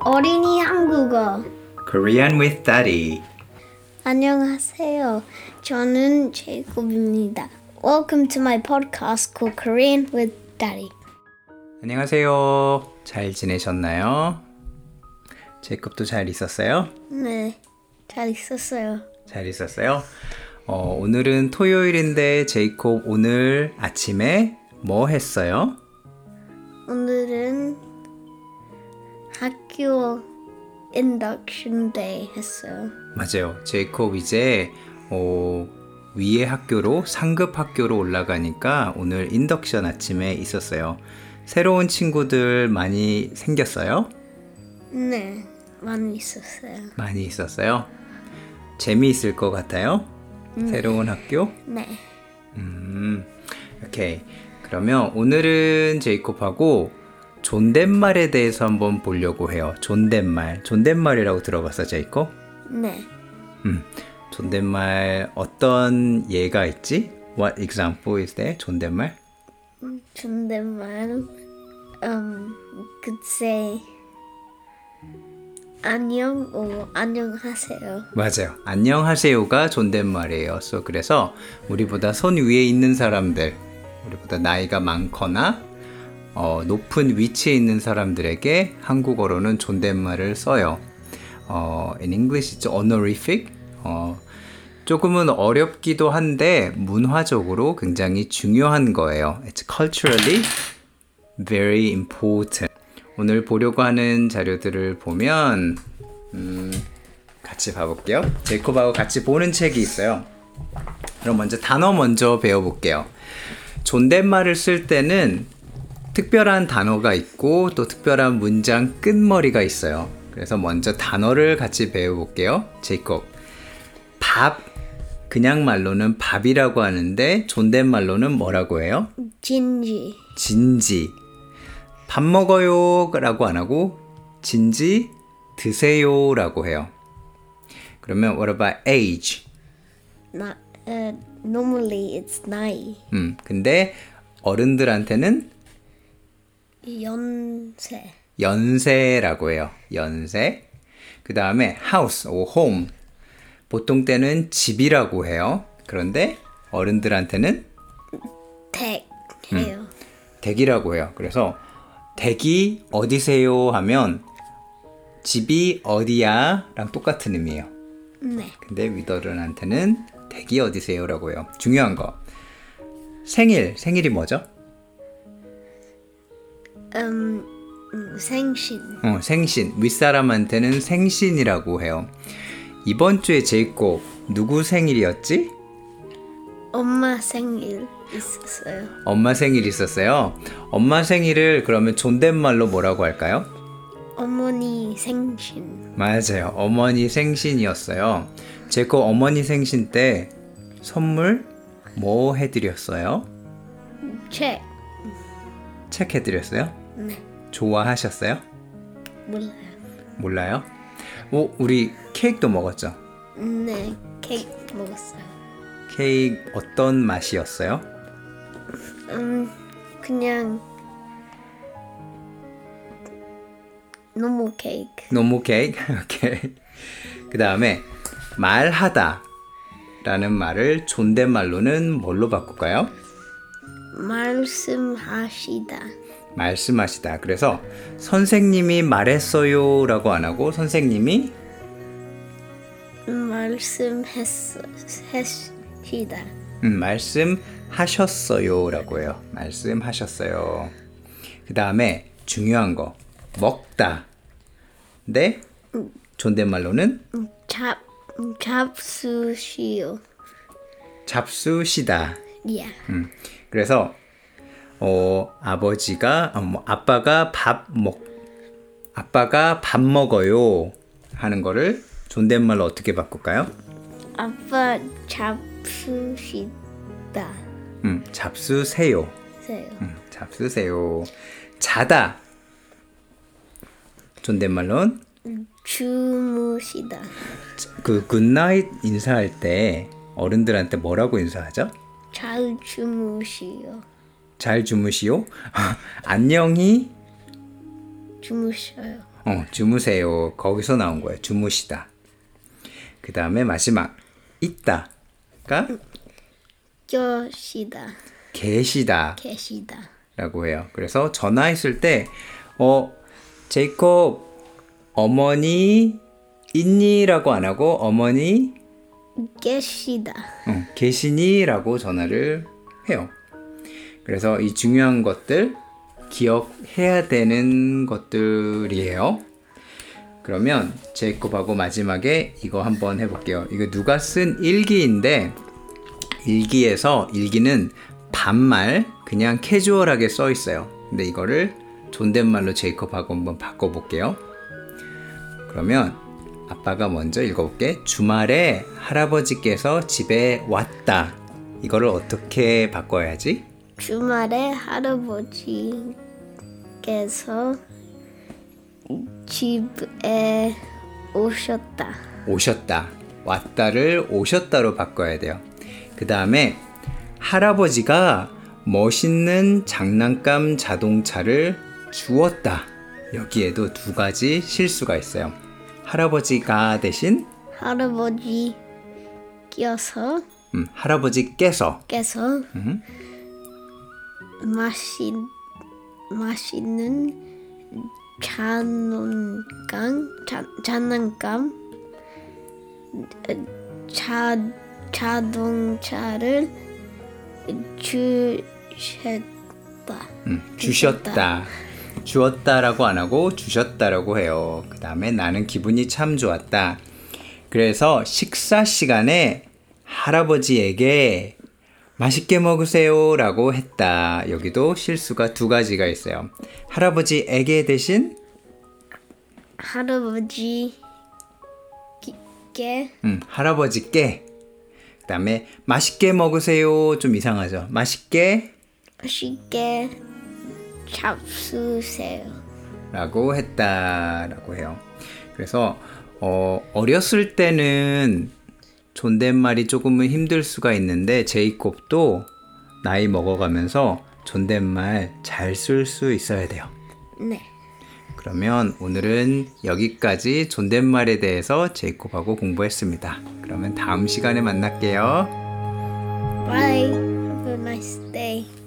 어린이 한국어. Korean with Daddy. 안녕하세요. 저는 제이콥입니다. Welcome to my podcast called Korean with Daddy. 안녕하세요. 잘 지내셨나요? 제이콥도 잘 있었어요? 네, 잘 있었어요. 잘 있었어요? 어, 오늘은 토요일인데 제이콥 오늘 아침에 뭐 했어요? 오늘은 학교 induction day 했어요. 맞아요. 제이콥 이제 어, 위에 학교로 상급 학교로 올라가니까 오늘 인덕션 아침에 있었어요. 새로운 친구들 많이 생겼어요? 네, 많이 있었어요. 많이 있었어요. 재미있을 것 같아요. 새로운 학교. 네, 음, 오케이. 그러면 오늘은 제이콥하고 존댓말에 대해서 한번 보려고 해요. 존댓말. 존댓말이라고 들어봤어, 제이콥? 네. 음, 존댓말 어떤 예가 있지? What example is there? 존댓말? 존댓말. Um, could say 안녕 or 안녕하세요. 맞아요. 안녕하세요가 존댓말이에요. So, 그래서 우리보다 손 위에 있는 사람들, 우리보다 나이가 많거나 어, 높은 위치에 있는 사람들에게 한국어로는 존댓말을 써요. 어, in English it's honorific. 어, 조금은 어렵기도 한데 문화적으로 굉장히 중요한 거예요. It's culturally very important. 오늘 보려고 하는 자료들을 보면 같이 봐볼게요. 제이콥하고 같이 보는 책이 있어요. 그럼 먼저 단어 먼저 배워볼게요. 존댓말을 쓸 때는 특별한 단어가 있고 또 특별한 문장 끝머리가 있어요. 그래서 먼저 단어를 같이 배워볼게요. 제이콥. 밥. 그냥 말로는 밥이라고 하는데 존댓말로는 뭐라고 해요? 진지 진지. 밥 먹어요 라고 안 하고 진지 드세요 라고 해요. 그러면 what about age? 나 uh, normally it's 나이 음, 근데 어른들한테는 연세 연세라고 해요. 연세. 그 다음에 house or home. 보통 때는 집이라고 해요. 그런데 어른들한테는 댁 해요. 댁이라고 해요. 그래서 댁이 어디세요 하면 집이 어디야랑 똑같은 의미예요. 네. 근데 위더른한테는 댁이 어디세요라고 해요. 중요한 거. 생일, 생일이 뭐죠? 음, 생신 어, 생신. 윗사람한테는 생신이라고 해요. 이번 주에 제이콥 누구 생일이었지? 엄마 생일 있었어요. 엄마 생일 있었어요. 엄마 생일을 그러면 존댓말로 뭐라고 할까요? 어머니 생신 맞아요. 어머니 생신이었어요. 제이콥 어머니 생신 때 선물 뭐 해드렸어요? 책 책 해드렸어요? 네. 좋아하셨어요? 몰라요. 몰라요? 오, 우리 케이크도 먹었죠? 네 케이크 먹었어요. 케이크 어떤 맛이었어요? 음 그냥 노멀 케이크 너무 케이크? 오케이. 그 다음에 말하다 라는 말을 존댓말로는 뭘로 바꿀까요? 말씀하시다 말씀하시다. 그래서 선생님이 말했어요 라고 안 하고 선생님이 말씀했시다 음, 말씀하셨어요라고 해요. 말씀하셨어요. 그 다음에 중요한 거 먹다. 네? 존댓말로는 잡 잡수시오 잡수시다. 야 그래서 어, 아버지가 어, 뭐, 아빠가 밥 먹, 아빠가 밥 먹어요 하는 거를 존댓말로 어떻게 바꿀까요? 아빠 잡수시다 음, 잡수세요. 세요 음, 잡수세요. 자다. 존댓말로는 주무시다 그 굿나잇 인사할 때 어른들한테 뭐라고 인사하죠? 잘 주무시오 잘 주무시오. 안녕히 주무셔요. 어, 주무세요. 거기서 나온 거예요. 주무시다. 그 다음에 마지막 있다가 껴시다. 계시다. 계시다. 라고 해요. 그래서 전화했을 때, 어, 제이콥, 어머니, 있니? 라고 안 하고, 어머니, 계시다. 어, 계시니? 라고 전화를 해요. 그래서 이 중요한 것들, 기억해야 되는 것들이에요. 그러면 제이콥하고 마지막에 이거 한번 해볼게요. 이거 누가 쓴 일기인데, 일기에서 일기는 반말 그냥 캐주얼하게 써 있어요. 근데 이거를 존댓말로 제이콥하고 한번 바꿔볼게요. 그러면 아빠가 먼저 읽어볼게. 주말에 할아버지께서 집에 왔다. 이거를 어떻게 바꿔야지? 주말에 할아버지께서 집에 오셨다. 오셨다. 왔다를 오셨다로 바꿔야 돼요. 그 다음에 할아버지가 멋있는 장난감 자동차를 주었다. 여기에도 두 가지 실수가 있어요. 할아버지가 대신 할아버지 껴서 음, 할아버지께서 께서 맛있 맛있는 장난감 자, 장난감 어, 자 자동차를 주셨다. 음, 주셨다. 주었다라고 안 하고 주셨다라고 해요. 그 다음에 나는 기분이 참 좋았다. 그래서 식사 시간에 할아버지에게 맛있게 먹으세요 라고 했다. 여기도 실수가 두 가지가 있어요. 할아버지에게 대신 할아버지께 음, 할아버지께 그 다음에 맛있게 먹으세요 좀 이상하죠. 맛있게 쉽게 잡수세요. 라고 했다라고 해요. 그래서 어, 어렸을 때는 존댓말이 조금은 힘들 수가 있는데 제이콥도 나이 먹어가면서 존댓말 잘 쓸 수 있어야 돼요. 네. 그러면 오늘은 여기까지 존댓말에 대해서 제이콥하고 공부했습니다. 그러면 다음 시간에 만날게요. Bye. Have a nice day.